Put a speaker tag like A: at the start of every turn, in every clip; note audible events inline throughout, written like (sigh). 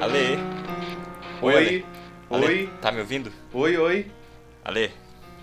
A: Ale.
B: Oi,
A: Ale. Ale,
B: oi.
A: Tá me ouvindo?
B: Oi, oi,
A: Ale.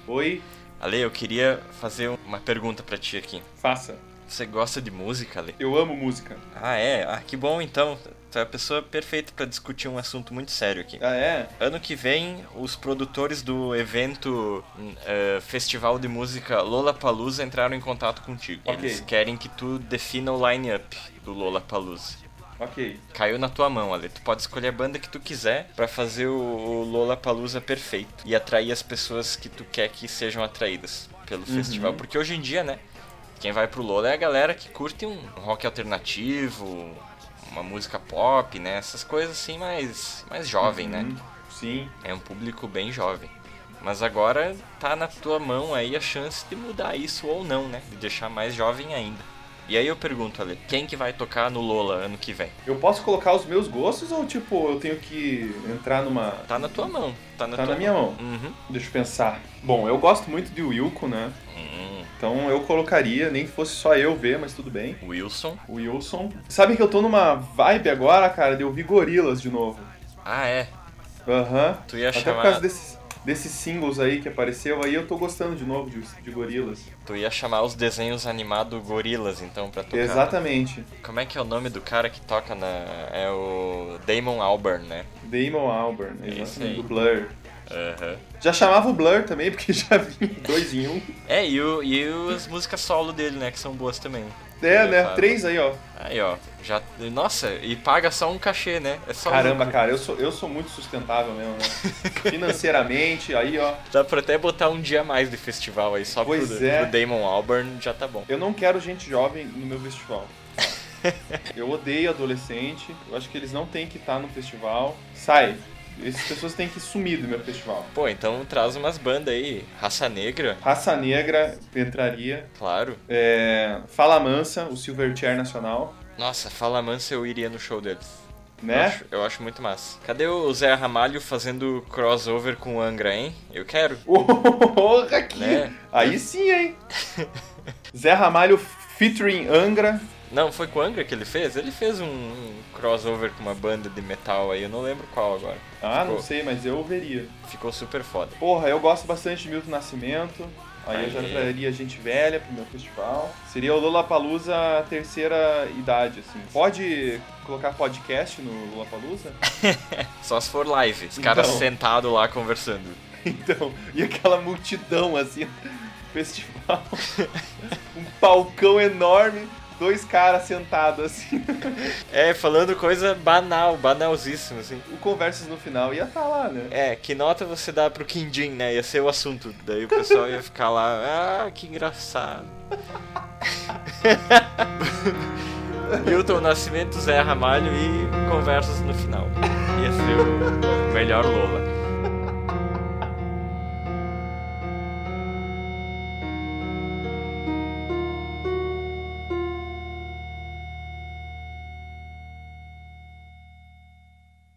B: oi,
A: Ale, eu queria fazer uma pergunta pra ti aqui.
B: faça.
A: Você gosta de música, Ale?
B: Eu amo música.
A: Ah, é? Ah, que bom então. Tu é a pessoa perfeita pra discutir um assunto muito sério aqui.
B: Ah, é?
A: Ano que vem, os produtores do evento hum, eh, Festival de Música Lollapalooza entraram em contato contigo.
B: Ok.
A: Eles querem que tu defina o line-up do Lollapalooza.
B: Ok.
A: Caiu na tua mão, Ale. Tu pode escolher a banda que tu quiser pra fazer o, o Lollapalooza perfeito e atrair as pessoas que tu quer que sejam atraídas pelo festival. Porque hoje em dia, né, quem vai pro Lola é a galera que curte um rock alternativo, uma música pop, né, essas coisas assim mais, mais jovem, né.
B: Hum, Sim.
A: É um público bem jovem. Mas agora tá na tua mão aí a chance de mudar isso ou não, né, de deixar mais jovem ainda. E aí eu pergunto, Ale, quem que vai tocar no Lola ano que vem?
B: Eu posso colocar os meus gostos ou, tipo, eu tenho que entrar numa.
A: Tá na tua mão. Tá na,
B: Tá
A: tua
B: na minha mão.
A: Uhum.
B: Deixa eu pensar. Bom, eu gosto muito de Wilco, né?
A: Hum,
B: Então eu colocaria, nem que fosse só eu ver, mas tudo bem.
A: Wilson.
B: O Wilson. Sabe que eu tô numa vibe agora, cara, de ouvir gorilas de novo.
A: Ah, é.
B: Aham.
A: Tu ia
B: Até
A: chamar.
B: por causa desses, desses singles aí que apareceu, aí eu tô gostando de novo de, de gorilas.
A: Tu ia chamar os desenhos animados gorilas, então, pra tocar.
B: é Exatamente.
A: Como é que é o nome do cara que toca na. É o. Damon Albarn, né?
B: Damon Albarn,
A: É isso
B: exatamente,
A: aí.
B: do Blur.
A: Aham.
B: Já chamava o Blur também, porque (laughs) já vinha dois em um.
A: É, e, o, e as músicas solo dele, né? Que são boas também.
B: É, né?
A: Claro.
B: Três aí, ó.
A: Aí, ó. Já. Nossa, e paga só um cachê, né? É só
B: Caramba,
A: lucro.
B: cara, eu sou, eu sou muito sustentável mesmo,
A: (laughs)
B: né? Financeiramente, aí, ó.
A: Dá pra até botar um dia a mais de festival aí, só
B: Pois
A: pro,
B: é.
A: pro Damon Albarn, já tá bom.
B: Eu não quero gente jovem no meu
A: (laughs)
B: festival. Eu odeio adolescente. Eu acho que eles não têm que estar no festival. Sai. Essas pessoas têm que sumir do meu festival.
A: Pô, então traz umas bandas aí. Raça Negra,
B: Raça Negra entraria.
A: claro.
B: É, Fala Mansa, o Silverchair Nacional.
A: Nossa, Fala Mansa eu iria no show deles. Eu,
B: Né?
A: acho, eu acho muito massa. Cadê o Zé Ramalho fazendo crossover com o Angra, hein? Eu quero.
B: Porra, aqui!
A: Né?
B: Aí
A: (laughs)
B: sim, hein? Zé Ramalho featuring Angra.
A: Não, foi com o Angra que ele fez? Ele fez um, um crossover com uma banda de metal aí, eu não lembro qual agora.
B: Ah, não
A: Ficou.
B: sei, mas eu veria.
A: Ficou super foda.
B: Porra, eu gosto bastante de Milton Nascimento. Aí eu já
A: Aí.
B: traria gente velha pro meu festival. Seria o Lollapalooza terceira idade, assim. Pode colocar podcast no Lollapalooza? (laughs)
A: Só se for live. Os caras
B: Então.
A: sentados lá conversando.
B: Então, e aquela multidão, assim,
A: (laughs)
B: festival. Um palcão enorme, dois caras sentados, assim.
A: É, falando coisa banal, banalzíssima, assim.
B: O Conversas no final ia tá lá, né?
A: É, que nota você dá pro Quindim, né? Ia ser o assunto. Daí o pessoal ia ficar lá, ah, que engraçado. (laughs) Milton Nascimento, Zé Ramalho e conversas no final. Ia ser o melhor Lola.